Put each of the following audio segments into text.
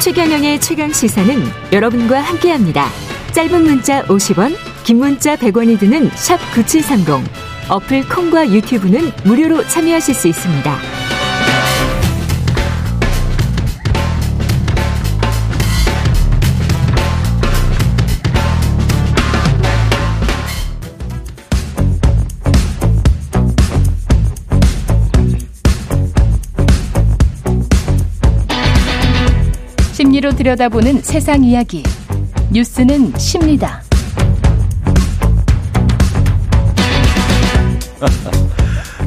최경영의 최강 시사는 여러분과 함께합니다. 짧은 문자 50원, 긴 문자 100원이 드는 샵 #9730 어플 콩과 유튜브는 무료로 참여하실 수 있습니다. 심리로 들여다보는 세상 이야기. 뉴스는 십니다.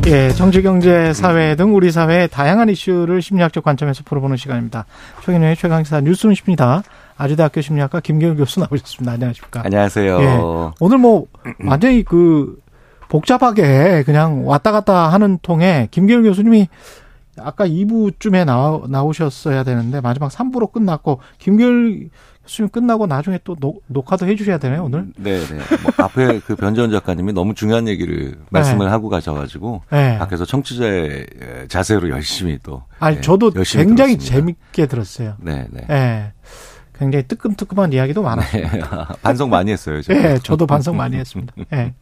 예, 정치, 경제, 사회 등 우리 사회의 다양한 이슈를 심리학적 관점에서 풀어보는 시간입니다. 최근의 최강사 뉴스는 십니다. 아주대학교 심리학과 김경일 교수 나오셨습니다. 안녕하십니까? 안녕하세요. 예, 오늘 뭐 완전히 그 복잡하게 그냥 왔다 갔다 하는 통에 김경일 교수님이 아까 2부쯤에 나오, 나오셨어야 되는데 마지막 3부로 끝났고 김결 교수님 끝나고 나중에 또 녹, 녹화도 해주셔야 되네요 오늘. 네, 네. 뭐 앞에 그 변지원 작가님이 너무 중요한 얘기를 말씀을 하고 가셔가지고 네. 밖에서 청취자의 자세로 열심히 또. 아니 아, 그, 예, 저도 열심히 굉장히 들었습니다. 재밌게 들었어요. 네, 네. 예. 굉장히 뜨끔뜨끔한 이야기도 많았어요. 반성 많이 했어요. 예, 제가. 저도 반성 많이 했습니다. 예.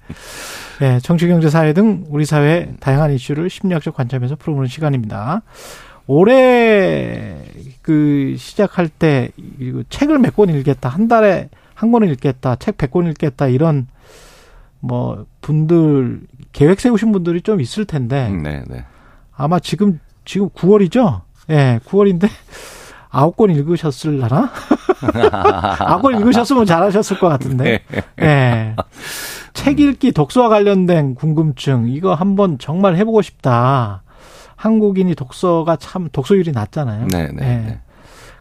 예, 정치, 경제, 사회 등 우리 사회 다양한 이슈를 심리학적 관점에서 풀어보는 시간입니다. 올해 그 시작할 때 이거 책을 몇 권 읽겠다, 한 달에 한 권을 읽겠다, 책 100권 읽겠다 이런 뭐 분들 계획 세우신 분들이 좀 있을 텐데 음, 네, 네. 아마 지금 지금 9월이죠? 예, 9월인데 아홉 권 읽으셨을라나? 아홉 권 읽으셨으면 잘하셨을 것 같은데. 네. 예. 책 읽기 독서와 관련된 궁금증 이거 한번 정말 해보고 싶다. 한국인이 독서가 참 독서율이 낮잖아요. 네, 네, 예. 네.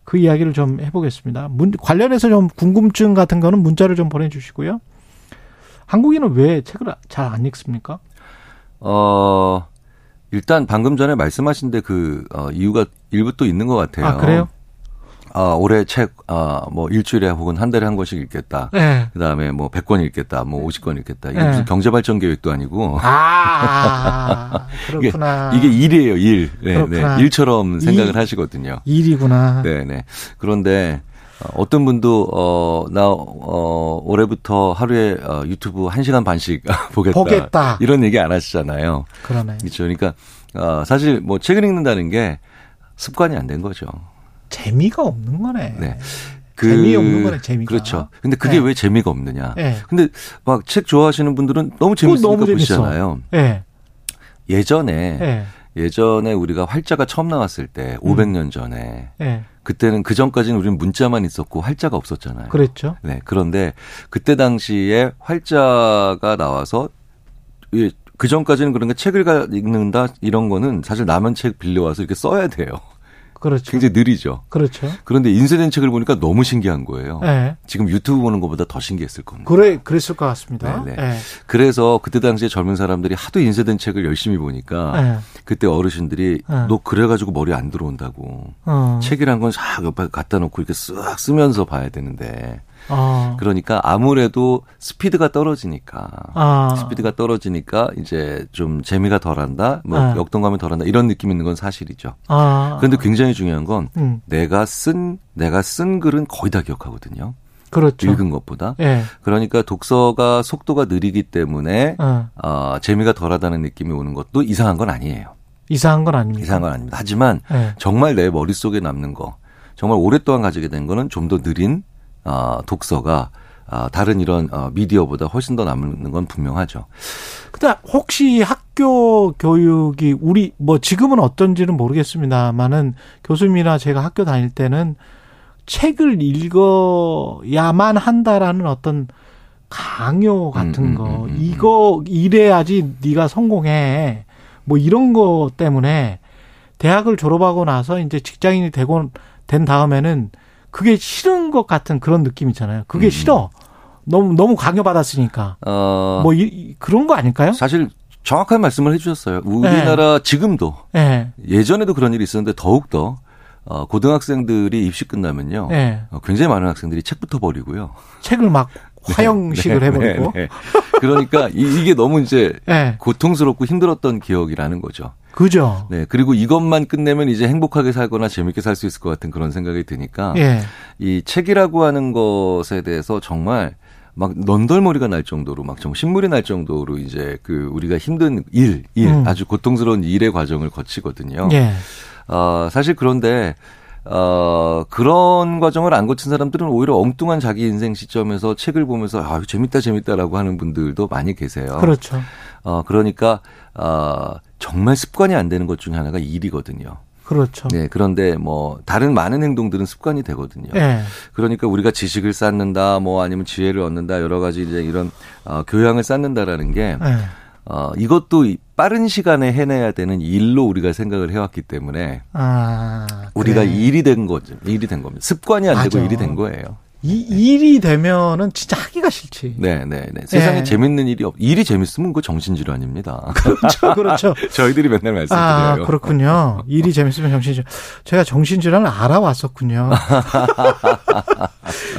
그 이야기를 좀 해보겠습니다. 문, 관련해서 좀 궁금증 같은 거는 문자를 좀 보내주시고요. 한국인은 왜 책을 잘 안 읽습니까? 어, 일단 방금 전에 말씀하신 데그 어, 이유가 일부 또 있는 것 같아요. 아 그래요? 아, 올해 책, 아, 뭐 일주일에 혹은 한 달에 한 권씩 읽겠다. 네. 그 다음에 뭐 100권 읽겠다, 뭐 50권 읽겠다. 이게 네. 무슨 경제발전 계획도 아니고. 아 그렇구나. 이게 일이에요, 일. 네, 네. 그렇구나. 일처럼 생각을 일. 아. 하시거든요. 일이구나. 네, 네. 그런데 어, 어떤 분도 어, 나 어, 올해부터 하루에 어, 유튜브 1시간 반씩 보겠다. 보겠다. 이런 얘기 안 하시잖아요. 그러네. 그렇죠. 그러니까 어, 사실 뭐 책을 읽는다는 게 습관이 안 된 거죠. 재미가 없는 거네. 네. 재미없는 거네, 재미가. 그렇죠. 근데 그게 네. 왜 재미가 없느냐? 네. 근데 막 책 좋아하시는 분들은 그거 너무 재밌으니까 너무 재밌어. 보시잖아요. 네. 예. 예전에 예. 예전에 우리가 활자가 처음 나왔을 때 500년 전에 예. 그때는 그 전까지는 우리는 문자만 있었고 활자가 없었잖아요. 그랬죠. 네. 그런데 그때 당시에 활자가 나와서 이- 그 전까지는 그런 게 책을 가- 읽는다 이런 거는 사실 남은 책 빌려와서 이렇게 써야 돼요. 그렇죠. 굉장히 느리죠. 그렇죠. 그런데 인쇄된 책을 보니까 너무 신기한 거예요. 예. 지금 유튜브 보는 것보다 더 신기했을 겁니다. 그래 그랬을 것 같습니다. 네, 네. 예. 그래서 그때 당시에 젊은 사람들이 하도 인쇄된 책을 열심히 보니까 예. 그때 어르신들이 예. 너 그래가지고 머리 안 들어온다고 어. 책이란 건싹 옆에 갖다 놓고 이렇게 쓱 쓰면서 봐야 되는데 어. 그러니까 아무래도 스피드가 떨어지니까 아. 스피드가 떨어지니까 이제 좀 재미가 덜한다 뭐 아. 역동감이 덜한다 이런 느낌 있는 건 사실이죠 아. 그런데 굉장히 중요한 건 음. 내가 쓴 내가 쓴 글은 거의 다 기억하거든요 그렇죠. 읽은 것보다 예. 그러니까 독서가 속도가 느리기 때문에 어. 어, 재미가 덜하다는 느낌이 오는 것도 이상한 건 아니에요 이상한 건 아닙니다. 이상한 건 아닙니다 하지만 예. 정말 내 머릿속에 남는 거, 정말 오랫동안 가지게 된 거는 좀 더 느린 아, 독서가 아, 다른 이런 어, 미디어보다 훨씬 더 남는 건 분명하죠. 근데 혹시 학교 교육이 우리 뭐 지금은 어떤지는 모르겠습니다만은 교수님이나 제가 학교 다닐 때는 책을 읽어야만 한다라는 어떤 강요 같은 음, 음, 거 음, 음, 음. 이거 이래야지 네가 성공해 뭐 이런 거 때문에 대학을 졸업하고 나서 이제 직장인이 되고 된 다음에는 그게 싫은 것 같은 그런 느낌이잖아요. 그게 음. 싫어. 너무 너무 강요받았으니까. 어, 뭐 이- 이- 그런 거 아닐까요? 사실 정확한 말씀을 해주셨어요. 네. 우리나라 지금도 예. 예전에도 그런 일이 있었는데 더욱 더 어, 고등학생들이 입시 끝나면요. 예. 어, 굉장히 많은 학생들이 책부터 버리고요. 책을 막 화형식을 네, 해버리고. 네, 네. 그러니까 이- 이게 너무 이제 예. 고통스럽고 힘들었던 기억이라는 거죠. 그죠. 네. 그리고 이것만 끝내면 이제 행복하게 살거나 재밌게 살 수 있을 것 같은 그런 생각이 드니까 예. 이 책이라고 하는 것에 대해서 정말 막 넌덜머리가 날 정도로 막 정말 신물이 날 정도로 이제 그 우리가 힘든 일, 일 음. 아주 고통스러운 일의 과정을 거치거든요. 예. 어, 사실 그런데 어, 그런 과정을 안 거친 사람들은 오히려 엉뚱한 자기 인생 시점에서 책을 보면서 아, 재밌다 재밌다라고 하는 분들도 많이 계세요. 그렇죠. 어, 그러니까 어, 정말 습관이 안 되는 것 중에 하나가 일이거든요. 그렇죠. 네, 그런데 뭐 다른 많은 행동들은 습관이 되거든요. 예. 그러니까 우리가 지식을 쌓는다, 뭐 아니면 지혜를 얻는다, 여러 가지 이제 이런 어, 교양을 쌓는다라는 게 예. 어, 이것도 이 빠른 시간에 해내야 되는 일로 우리가 생각을 해왔기 때문에 아. 우리가 그래. 일이 된 거죠. 일이 된 겁니다. 습관이 안 되고 맞아. 일이 된 거예요. 이 일이 되면은 진짜 하기가 싫지. 네, 네, 네. 세상에 예. 재밌는 일이 없. 일이 재밌으면 그거 정신질환입니다. 그렇죠. 그렇죠. 저희들이 아, 맨날 말씀드려요. 그렇군요. 일이 재밌으면 정신질. 제가 정신질환을 알아왔었군요.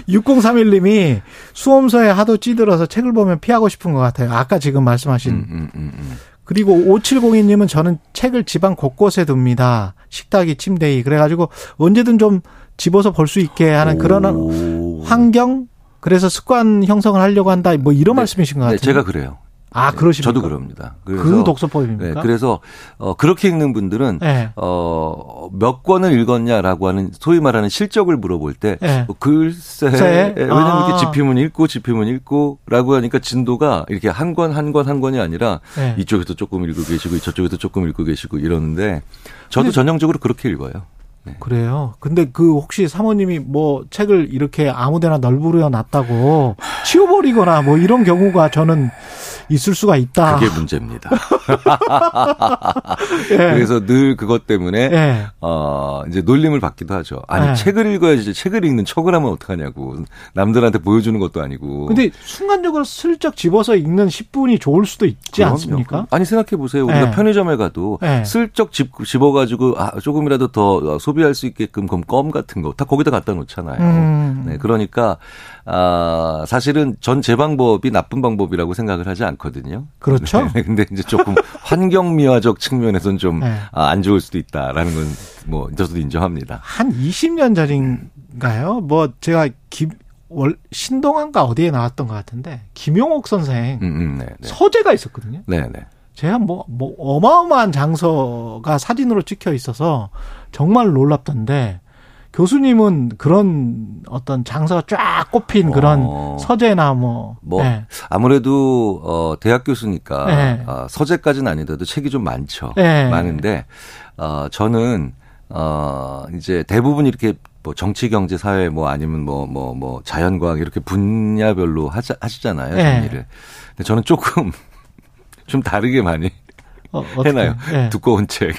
6031님이 수험서에 하도 찌들어서 책을 보면 피하고 싶은 것 같아요. 아까 지금 말씀하신. 음, 음, 음, 음. 그리고 5702님은 저는 책을 집안 곳곳에 둡니다. 식탁이 침대이. 그래가지고 언제든 좀 집어서 볼 수 있게 하는 그런 오. 환경? 그래서 습관 형성을 하려고 한다. 뭐 이런 네, 말씀이신 것 네, 같아요. 제가 그래요. 네, 아, 그러십니까? 저도 그럽니다. 그래서 그 독서법입니까? 네, 그래서 어, 그렇게 읽는 분들은 예. 어, 몇 권을 읽었냐라고 하는 소위 말하는 실적을 물어볼 때 네. 어, 글쎄 예, 글쎄. 왜냐면 아. 이렇게 지피문 읽고 지피문 읽고라고 하니까 진도가 이렇게 한 권 한 권 한 권이 아니라 네. 이쪽에서 조금 읽고 계시고 저쪽에서 조금 읽고 계시고 이러는데 저도 전형적으로 그렇게 읽어요. 그래요. 근데 그 혹시 사모님이 뭐 책을 이렇게 아무데나 널브러져 놨다고 치워버리거나 뭐 이런 경우가 저는 있을 수가 있다. 그게 문제입니다. 네. 예. 그래서 늘 그것 때문에 예. 어, 이제 놀림을 받기도 하죠. 아니, 네. 책을 읽어야지 이제 책을 읽는 척을 하면 어떡하냐고. 남들한테 보여주는 것도 아니고. 근데 순간적으로 슬쩍 집어서 읽는 10분이 좋을 수도 있지 그럼요. 않습니까? 아니, 생각해보세요. 우리가 네. 편의점에 가도 네. 슬쩍 집, 집어가지고 아, 조금이라도 더 소비할 수 있게끔 그럼 껌 같은 거 다 거기다 갖다 놓잖아요. 음. 네, 그러니까, 아, 사실은 전 제 방법이 나쁜 방법이라고 생각을 하지 않거든요. 그렇죠. 네, 근데 이제 조금 환경미화적 측면에선 좀 안 네. 좋을 수도 있다라는 건 뭐 저도 인정합니다. 한 20년 전인가요? 뭐 제가 김, 월, 신동한가 어디에 나왔던 것 같은데 김용옥 선생 음, 음, 네, 네. 서재가 있었거든요. 네네. 제가 뭐, 뭐, 어마어마한 장소가 사진으로 찍혀 있어서 정말 놀랍던데, 교수님은 그런 어떤 장소가 쫙 꼽힌 그런 어. 서재나 뭐, 뭐 예. 아무래도 어 대학 교수니까 네. 어, 서재까지는 아니더라도 책이 좀 많죠. 네. 많은데 어 저는 어 이제 대부분 이렇게 뭐 정치 경제 사회 뭐 아니면 뭐 뭐 뭐 자연과학 이렇게 분야별로 하자, 하시잖아요 네. 정리를. 근데 저는 조금 좀 다르게 많이 어, 어떻게, 해놔요. 예. 두꺼운 책,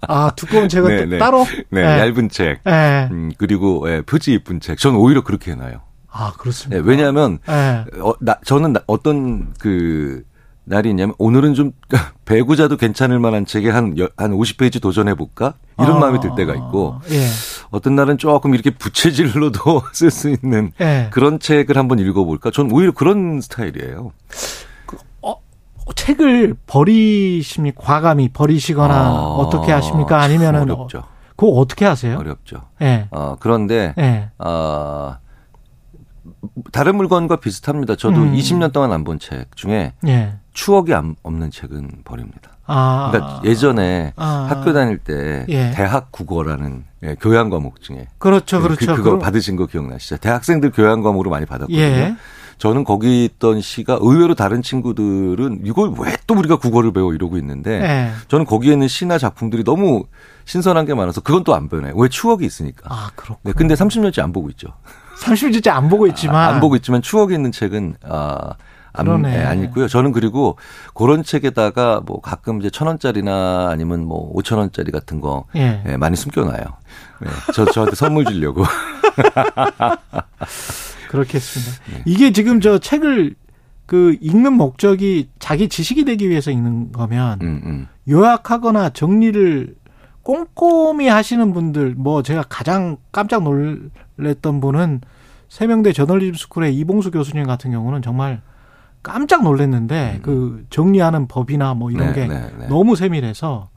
아, 두꺼운 책은 네, 또 네. 따로? 네, 예. 얇은 책, 예. 음, 그리고 예, 표지 예쁜 책. 저는 오히려 그렇게 해놔요. 아, 예, 그렇습니다. 왜냐하면 예. 어, 나, 저는 나- 어떤 그 날이 있냐면 오늘은 좀 배구자도 괜찮을 만한 책에 한, 여- 한 50페이지 도전해볼까? 이런 아, 마음이 들 때가 있고 예. 어떤 날은 조금 이렇게 부채질로도 쓸 수 있는 예. 그런 책을 한번 읽어볼까? 전 오히려 그런 스타일이에요. 어, 책을 버리십니까? 과감히 버리시거나 아, 어떻게 하십니까? 참 아니면은, 어렵죠. 어, 그거 어떻게 하세요? 어렵죠. 예. 어, 그런데 예. 어, 다른 물건과 비슷합니다. 저도 음. 20년 동안 안 본 책 중에 예. 추억이 안- 없는 책은 버립니다. 아. 그러니까 예전에 아. 학교 다닐 때 예. 대학 국어라는 예, 교양 과목 중에 그렇죠, 그렇죠. 그, 거 그럼- 받으신 거 기억나시죠? 대학생들 교양 과목으로 많이 받았거든요. 예. 저는 거기 있던 시가 의외로 다른 친구들은 이걸 왜 또 우리가 국어를 배워 이러고 있는데 예. 저는 거기에 있는 시나 작품들이 너무 신선한 게 많아서 그건 또 안 변해. 왜 추억이 있으니까. 아, 그렇군. 네, 근데 30년째 안 보고 있죠. 30주째 안 보고 있지만. 아, 안 보고 있지만 추억이 있는 책은 아, 안, 아. 그러네. 예, 안 읽고요. 저는 그리고 그런 책에다가 뭐 가끔 이제 천 원짜리나 아니면 뭐 오천 원짜리 같은 거 예. 예, 많이 숨겨놔요. 예, 저 저한테 선물 주려고. 그렇겠습니다. 네. 이게 지금 저 책을 그 읽는 목적이 자기 지식이 되기 위해서 읽는 거면 음, 음. 요약하거나 정리를 꼼꼼히 하시는 분들 뭐 제가 가장 깜짝 놀랐던 분은 세명대 저널리즘 스쿨의 이봉수 교수님 같은 경우는 정말 깜짝 놀랐는데 그 정리하는 법이나 뭐 이런 음. 네, 게 네, 네. 너무 세밀해서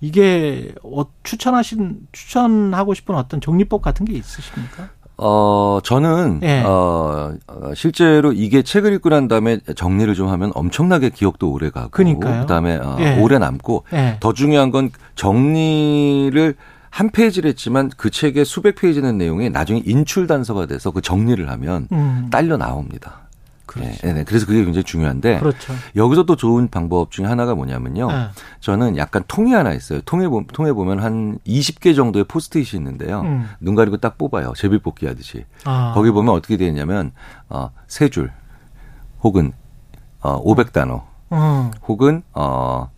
이게 어, 추천하신 추천하고 싶은 어떤 정리법 같은 게 있으십니까? 어, 저는, 예. 어, 어, 실제로 이게 책을 읽고 난 다음에 정리를 좀 하면 엄청나게 기억도 오래 가고. 그러니까요. 다음에 어, 예. 오래 남고. 예. 더 중요한 건 정리를 한 페이지를 했지만 그 책의 수백 페이지 는 내용이 나중에 인출 단서가 돼서 그 정리를 하면 음, 딸려 나옵니다. 그렇죠. 예, 네. 그래서 그게 굉장히 중요한데. 그렇죠. 여기서 또 좋은 방법 중에 하나가 뭐냐면요. 예. 저는 약간 통이 하나 있어요. 통에, 보- 통에 보면 한 20개 정도의 포스트잇이 있는데요. 음. 눈 가리고 딱 뽑아요. 제비뽑기 하듯이. 아, 거기 보면 어떻게 되어 있냐면 어, 세 줄, 혹은 어, 500단어, 어, 혹은 어,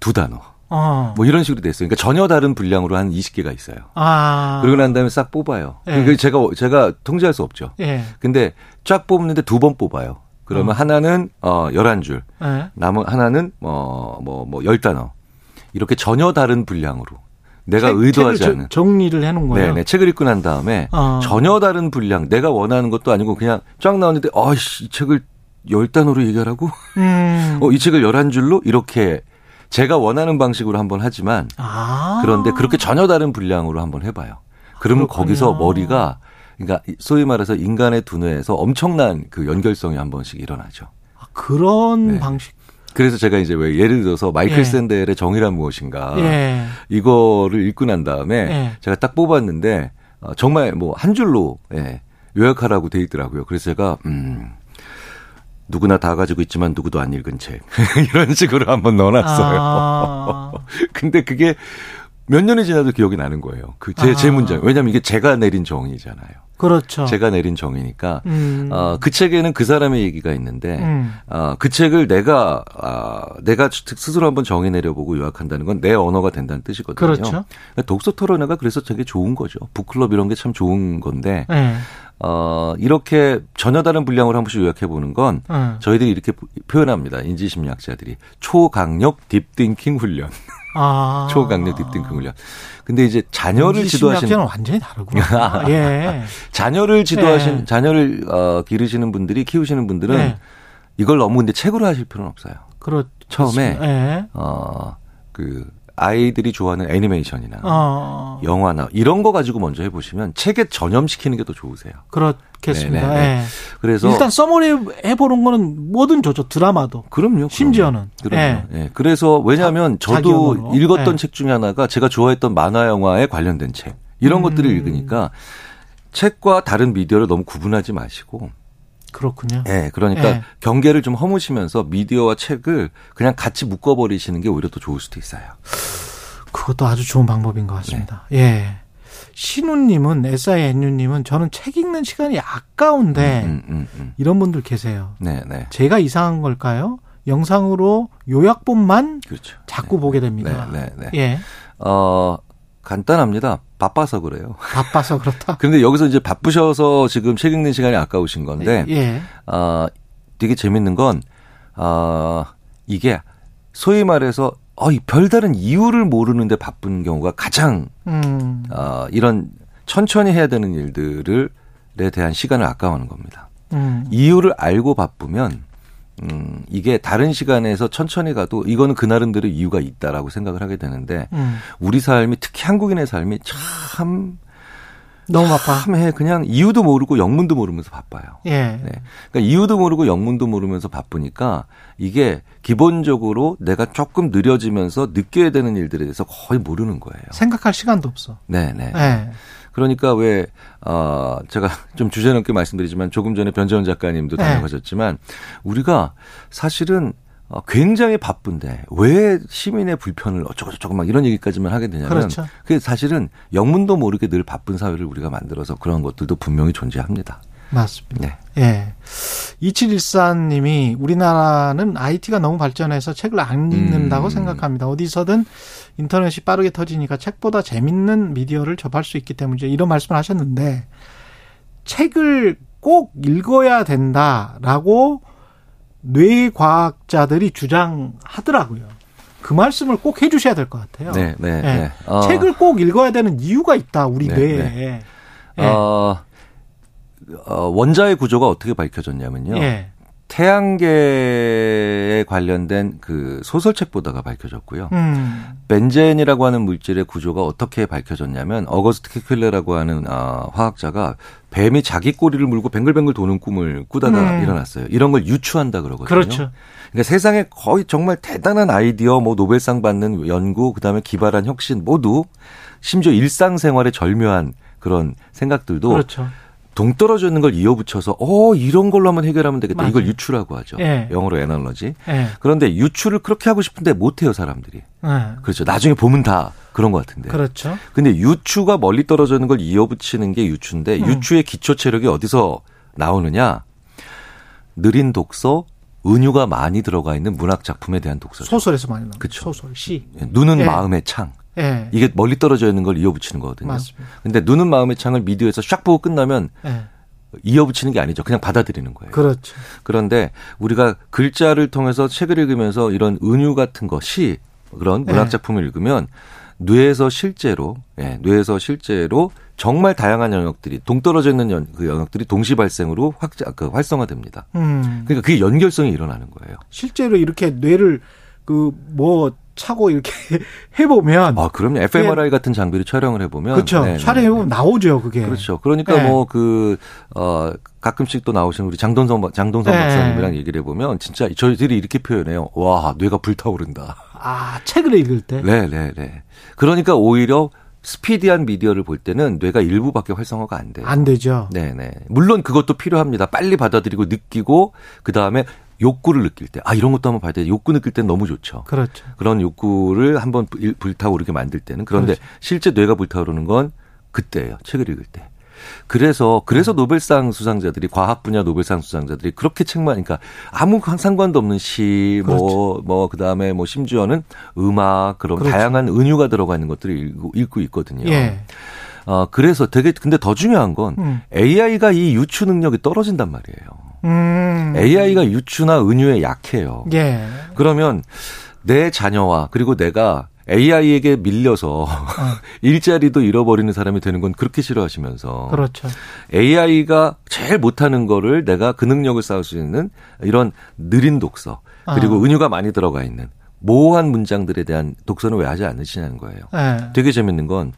두 단어. 어. 뭐 이런 식으로 돼 있어요. 그러니까 전혀 다른 분량으로 한 20개가 있어요. 아, 그러고 난 다음에 싹 뽑아요. 예. 그 제가 제가 통제할 수 없죠. 예, 근데 쫙 뽑는데 두 번 뽑아요. 그러면 음. 하나는 어 11줄, 예. 남은 하나는 뭐뭐뭐 10단어. 이렇게 전혀 다른 분량으로 내가 책- 책을 의도하지 저- 않은 정리를 해놓은 거예요. 네, 네. 책을 읽고 난 다음에 어. 전혀 다른 분량, 내가 원하는 것도 아니고 그냥 쫙 나오는데, 어, 아이씨, 이 책을 열 단어로 얘기하라고? 음. 어, 이 책을 열한 줄로? 이렇게 제가 원하는 방식으로 한번 하지만, 아, 그런데 그렇게 전혀 다른 분량으로 한번 해봐요. 그렇군요. 그러면 거기서 머리가, 그러니까 소위 말해서 인간의 두뇌에서 엄청난 그 연결성이 한 번씩 일어나죠. 아, 그런 네. 방식. 그래서 제가 이제 왜 예를 들어서 마이클 예. 샌델의 정의란 무엇인가 예. 이거를 읽고 난 다음에 예. 제가 딱 뽑았는데 어, 정말 뭐 한 줄로 예, 요약하라고 돼 있더라고요. 그래서 제가 음, 누구나 다 가지고 있지만 누구도 안 읽은 책 이런 식으로 한번 넣어놨어요. 아, 근데 그게 몇 년이 지나도 기억이 나는 거예요. 그 제 제 아. 문장. 왜냐하면 이게 제가 내린 정의잖아요. 그렇죠. 제가 내린 정의니까 음. 어, 그 책에는 그 사람의 얘기가 있는데 음. 어, 그 책을 내가 아, 내가 스스로 한번 정의 내려보고 요약한다는 건 내 언어가 된다는 뜻이거든요. 그렇죠. 그러니까 독서 토론회가 그래서 되게 좋은 거죠. 북클럽 이런 게 참 좋은 건데 예. 어, 이렇게 전혀 다른 분량으로 한 번씩 요약해 보는 건 어. 저희들이 이렇게 표현합니다. 인지심리학자들이 초강력 딥띵킹 훈련, 아. 초강력 딥띵킹 훈련. 근데 이제 자녀를 지도하시는 아. 지도하시는 완전히 다르구나. 예. 자녀를 지도하신 예. 자녀를 어, 기르시는 분들이 키우시는 분들은 예. 이걸 너무 근데 책으로 하실 필요는 없어요. 그렇. 처음에 예. 어, 그 아이들이 좋아하는 애니메이션이나 어. 영화나 이런 거 가지고 먼저 해보시면 책에 전염시키는 게 더 좋으세요. 그렇겠습니다. 네, 네, 네. 예. 그래서 일단 써머리 해보는 거는 뭐든 좋죠. 드라마도. 그럼요. 그럼요. 심지어는. 네. 그럼요. 예. 그래서 왜냐하면 자- 자기 저도 언어로. 읽었던 예. 책 중에 하나가 제가 좋아했던 만화 영화에 관련된 책 음. 이런 것들을 읽으니까 책과 다른 미디어를 너무 구분하지 마시고 그렇군요. 예, 그러니까 예. 경계를 좀 허무시면서 미디어와 책을 그냥 같이 묶어버리시는 게 오히려 더 좋을 수도 있어요. 그것도 아주 좋은 방법인 것 같습니다. 네. 예. 신우님은 SINU님은 저는 책 읽는 시간이 아까운데 음, 음, 음. 이런 분들 계세요. 네, 네. 제가 이상한 걸까요? 영상으로 요약본만 그렇죠. 자꾸 보게 됩니다. 네, 네, 네. 예. 어, 간단합니다. 바빠서 그래요. 바빠서 그렇다. 근데 여기서 이제 바쁘셔서 지금 책 읽는 시간이 아까우신 건데, 예. 아, 되게 재밌는 건, 아, 이게 소위 말해서, 어, 이 별다른 이유를 모르는데 바쁜 경우가 가장, 음. 아, 이런 천천히 해야 되는 일들을에 대한 시간을 아까워하는 겁니다. 음. 이유를 알고 바쁘면, 음, 이게 다른 시간에서 천천히 가도 이거는 그 나름대로 이유가 있다라고 생각을 하게 되는데, 음. 우리 삶이 특히 한국인의 삶이 참, 너무 바빠. 참해 그냥 이유도 모르고 영문도 모르면서 바빠요. 예. 네. 그러니까 이유도 모르고 영문도 모르면서 바쁘니까 이게 기본적으로 내가 조금 느려지면서 느껴야 되는 일들에 대해서 거의 모르는 거예요. 생각할 시간도 없어. 네, 네. 예. 그러니까 왜, 어, 제가 좀 주제넘게 말씀드리지만 조금 전에 변재원 작가님도 네. 다녀가셨지만 우리가 사실은 어, 굉장히 바쁜데 왜 시민의 불편을 어쩌고저쩌고 막 이런 얘기까지만 하게 되냐면 그렇죠. 그게 사실은 영문도 모르게 늘 바쁜 사회를 우리가 만들어서 그런 것들도 분명히 존재합니다. 맞습니다. 네. 예. 2714님이 우리나라는 IT가 너무 발전해서 책을 안 읽는다고 음. 생각합니다. 어디서든 인터넷이 빠르게 터지니까 책보다 재밌는 미디어를 접할 수 있기 때문이죠. 이런 말씀을 하셨는데 책을 꼭 읽어야 된다라고 뇌과학자들이 주장하더라고요. 그 말씀을 꼭 해주셔야 될 것 같아요. 네, 네, 예. 네. 어, 책을 꼭 읽어야 되는 이유가 있다 우리 네, 뇌에. 예. 어, 어, 원자의 구조가 어떻게 밝혀졌냐면요. 네. 예. 태양계에 관련된 그 소설책 보다가 밝혀졌고요. 음. 벤젠이라고 하는 물질의 구조가 어떻게 밝혀졌냐면 어거스트 케클레라고 하는 아, 화학자가 뱀이 자기 꼬리를 물고 뱅글뱅글 도는 꿈을 꾸다가 음. 일어났어요. 이런 걸 유추한다 그러거든요. 그렇죠. 그러니까 세상에 거의 정말 대단한 아이디어, 뭐 노벨상 받는 연구, 그다음에 기발한 혁신 모두 심지어 일상생활에 절묘한 그런 생각들도 그렇죠. 동떨어져 있는 걸 이어붙여서 어 이런 걸로 한번 해결하면 되겠다. 맞아요. 이걸 유추라고 하죠. 예. 영어로 에널러지. 예. 네. 그런데 유추를 그렇게 하고 싶은데 못 해요, 사람들이. 그렇죠. 나중에 보면 다 그런 것 같은데. 그렇죠. 근데 유추가 멀리 떨어져 있는 걸 이어붙이는 게 유추인데 음. 유추의 기초 체력이 어디서 나오느냐? 느린 독서, 은유가 많이 들어가 있는 문학 작품에 대한 독서죠. 소설에서 많이 나오는 그쵸. 소설 시. 예, 눈은 예. 마음의 예. 창. 예. 이게 멀리 떨어져 있는 걸 이어붙이는 거거든요. 맞습니다. 근데 눈은 마음의 창을 미디어에서 샥 보고 끝나면 예. 이어붙이는 게 아니죠. 그냥 받아들이는 거예요. 그렇죠. 그런데 우리가 글자를 통해서 책을 읽으면서 이런 은유 같은 거, 시 그런 네. 문학 작품을 읽으면 뇌에서 실제로 예, 뇌에서 실제로 정말 다양한 영역들이 동떨어져 있는 연, 그 영역들이 동시 발생으로 확자 그 활성화됩니다. 음. 그러니까 그게 연결성이 일어나는 거예요. 실제로 이렇게 뇌를 그 뭐 차고 이렇게 해 보면 아, 그럼요. fMRI 같은 장비를 촬영을 해 보면 음. 예. 네, 그렇죠. 촬영해 보면 나오죠, 그게. 그렇죠. 그러니까 네. 뭐 그 어 가끔씩 또 나오시는 우리 장동선 박- 장동선 네. 박사님이랑 얘기를 해보면 진짜 저희들이 이렇게 표현해요. 와 뇌가 불타오른다. 아, 책을 읽을 때. 네, 네, 네. 그러니까 오히려 스피디한 미디어를 볼 때는 뇌가 일부밖에 활성화가 안 돼요. 안 되죠. 네, 네. 물론 그것도 필요합니다. 빨리 받아들이고 느끼고 그다음에 욕구를 느낄 때 아, 이런 것도 한번 봐야 돼. 욕구 느낄 때 너무 좋죠. 그렇죠. 그런 욕구를 한번 불- 불타오르게 만들 때는 그런데 그렇죠. 실제 뇌가 불타오르는 건 그때예요. 책을 읽을 때. 그래서 그래서 음. 노벨상 수상자들이 과학 분야 노벨상 수상자들이 그렇게 책만 그러니까 아무 상관도 없는 시 뭐 뭐 그다음에 뭐 심지어는 음악 그런 그렇죠. 다양한 은유가 들어가 있는 것들을 읽고, 읽고 있거든요. 예. 어 그래서 되게 근데 더 중요한 건 음. AI가 이 유추 능력이 떨어진단 말이에요. 음. AI가 유추나 은유에 약해요. 예. 그러면 내 자녀와 그리고 내가 AI에게 밀려서 어. 일자리도 잃어버리는 사람이 되는 건 그렇게 싫어하시면서 그렇죠. AI가 제일 못하는 거를 내가 그 능력을 쌓을 수 있는 이런 느린 독서 그리고 아. 은유가 많이 들어가 있는 모호한 문장들에 대한 독서는 왜 하지 않으시냐는 거예요. 예. 되게 재밌는 건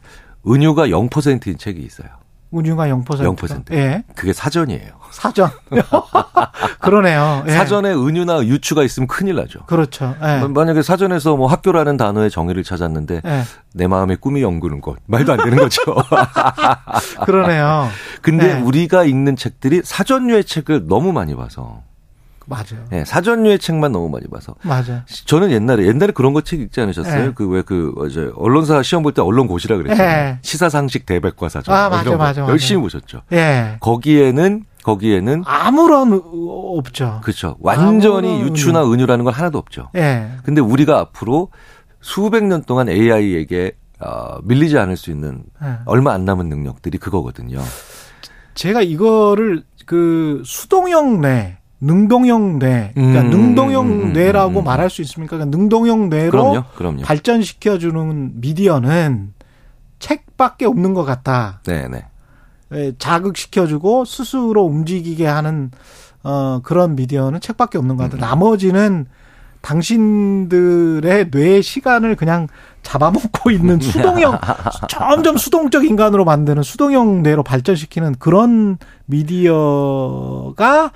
은유가 0%인 책이 있어요. 운유가 0%. 0%. 예. 그게 사전이에요. 사전. 그러네요. 예. 사전에 은유나 유추가 있으면 큰일 나죠. 그렇죠. 예. 만약에 사전에서 뭐 학교라는 단어의 정의를 찾았는데 예. 내 마음의 꿈이 연구는 것 말도 안 되는 거죠. 그러네요. 근데 네. 우리가 읽는 책들이 사전류의 책을 너무 많이 봐서 맞아요. 예, 사전류의 책만 너무 많이 봐서 맞아요. 저는 옛날에 옛날에 그런 거 책 읽지 않으셨어요? 네. 그 왜 그 언론사 시험 볼 때 언론고시라 그랬잖아요. 네. 시사상식 대백과 사전 아, 뭐 맞아, 이런 거 맞아, 맞아. 열심히 보셨죠. 예. 거기에는 거기에는 아무런 의- 없죠. 그렇죠. 완전히 아무런 유추나 은유라는 건 하나도 없죠. 예. 근데 우리가 앞으로 수백 년 동안 AI에게 어, 밀리지 않을 수 있는 예. 얼마 안 남은 능력들이 그거거든요. 제가 이거를 그 수동형 뇌, 능동형 뇌, 그러니까 음, 능동형 음, 음, 뇌라고 음, 음. 말할 수 있습니까? 그러니까 능동형 뇌로 그럼요, 그럼요. 발전시켜주는 미디어는 책밖에 없는 것 같다. 네네. 예, 자극시켜주고 스스로 움직이게 하는 어, 그런 미디어는 책밖에 없는 것 같다. 음. 나머지는 당신들의 뇌의 시간을 그냥 잡아먹고 있는 수동형 점점 수동적 인간으로 만드는 수동형 뇌로 발전시키는 그런 미디어가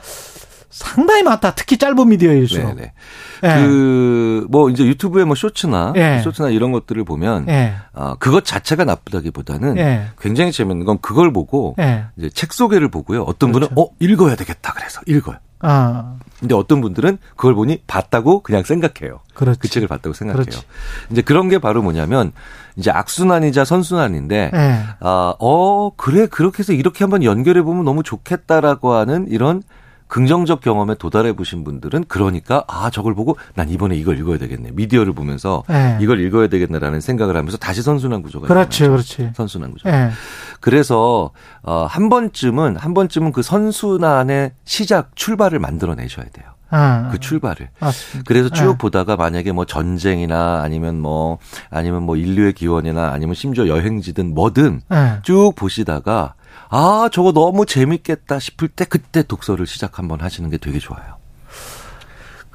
상당히 많다. 특히 짧은 미디어일수록. 네네. 그렇죠. 예. 그, 뭐, 이제 유튜브에 뭐 쇼츠나, 예. 쇼츠나 이런 것들을 보면, 예. 아, 그것 자체가 나쁘다기 보다는 예. 굉장히 재밌는 건 그걸 보고, 예. 이제 책 소개를 보고요. 어떤 그렇죠. 분은, 어, 읽어야 되겠다. 그래서 읽어요. 아, 근데 어떤 분들은 그걸 보니 봤다고 그냥 생각해요. 그렇지. 그 책을 봤다고 생각해요. 그렇지. 이제 그런 게 바로 뭐냐면, 이제 악순환이자 선순환인데, 예. 아, 어, 그래, 그렇게 해서 이렇게 한번 연결해보면 너무 좋겠다라고 하는 이런 긍정적 경험에 도달해보신 분들은 그러니까, 아, 저걸 보고 난 이번에 이걸 읽어야 되겠네. 미디어를 보면서 예. 이걸 읽어야 되겠네라는 생각을 하면서 다시 선순환 구조가. 그렇지, 일어나죠. 그렇지. 선순환 구조. 예. 그래서, 어, 한 번쯤은, 한 번쯤은 그 선순환의 시작, 출발을 만들어내셔야 돼요. 아, 그 출발을. 맞습니다. 그래서 쭉 예. 보다가 만약에 뭐 전쟁이나 아니면 뭐, 아니면 뭐 인류의 기원이나 아니면 심지어 여행지든 뭐든 예. 쭉 보시다가 아 저거 너무 재밌겠다 싶을 때 그때 독서를 시작 한번 하시는 게 되게 좋아요.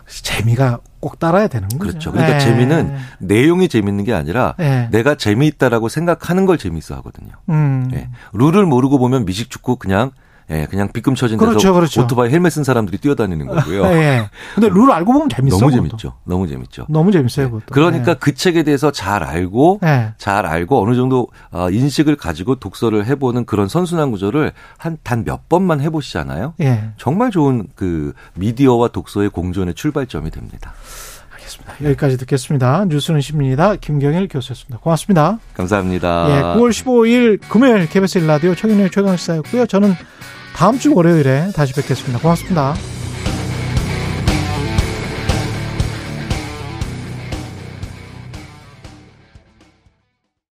재미가 꼭 따라야 되는 거죠. 그렇죠. 그러니까 예. 재미는 네. 내용이 재밌는 게 아니라 예. 내가 재미있다라고 생각하는 걸 재미있어 하거든요. 음. 예. 룰을 모르고 보면 미식축구 그냥 예, 그냥 빗금 쳐진 그렇죠, 데서 그렇죠. 오토바이 헬멧 쓴 사람들이 뛰어다니는 거고요. 예. 근데 룰 알고 보면 재밌어. 네. 네. 너무 그것도. 재밌죠. 너무 재밌죠. 너무 재밌어요, 그것도. 그러니까 그 책에 대해서 잘 알고 예. 예. 잘 알고 어느 정도 어, 인식을 가지고 독서를 해보는 그런 선순환 구조를 한 단 몇 번만 해보시잖아요. 예. 정말 좋은 그 미디어와 독서의 공존의 출발점이 됩니다. 알겠습니다. 여기까지 듣겠습니다. 뉴스는 십니다. 김경일 교수였습니다. 고맙습니다. 감사합니다. 예, 9월 15일 금요일 KBS 1라디오 최경영 최강시사였고요. 저는 다음 주 월요일에 다시 뵙겠습니다. 고맙습니다.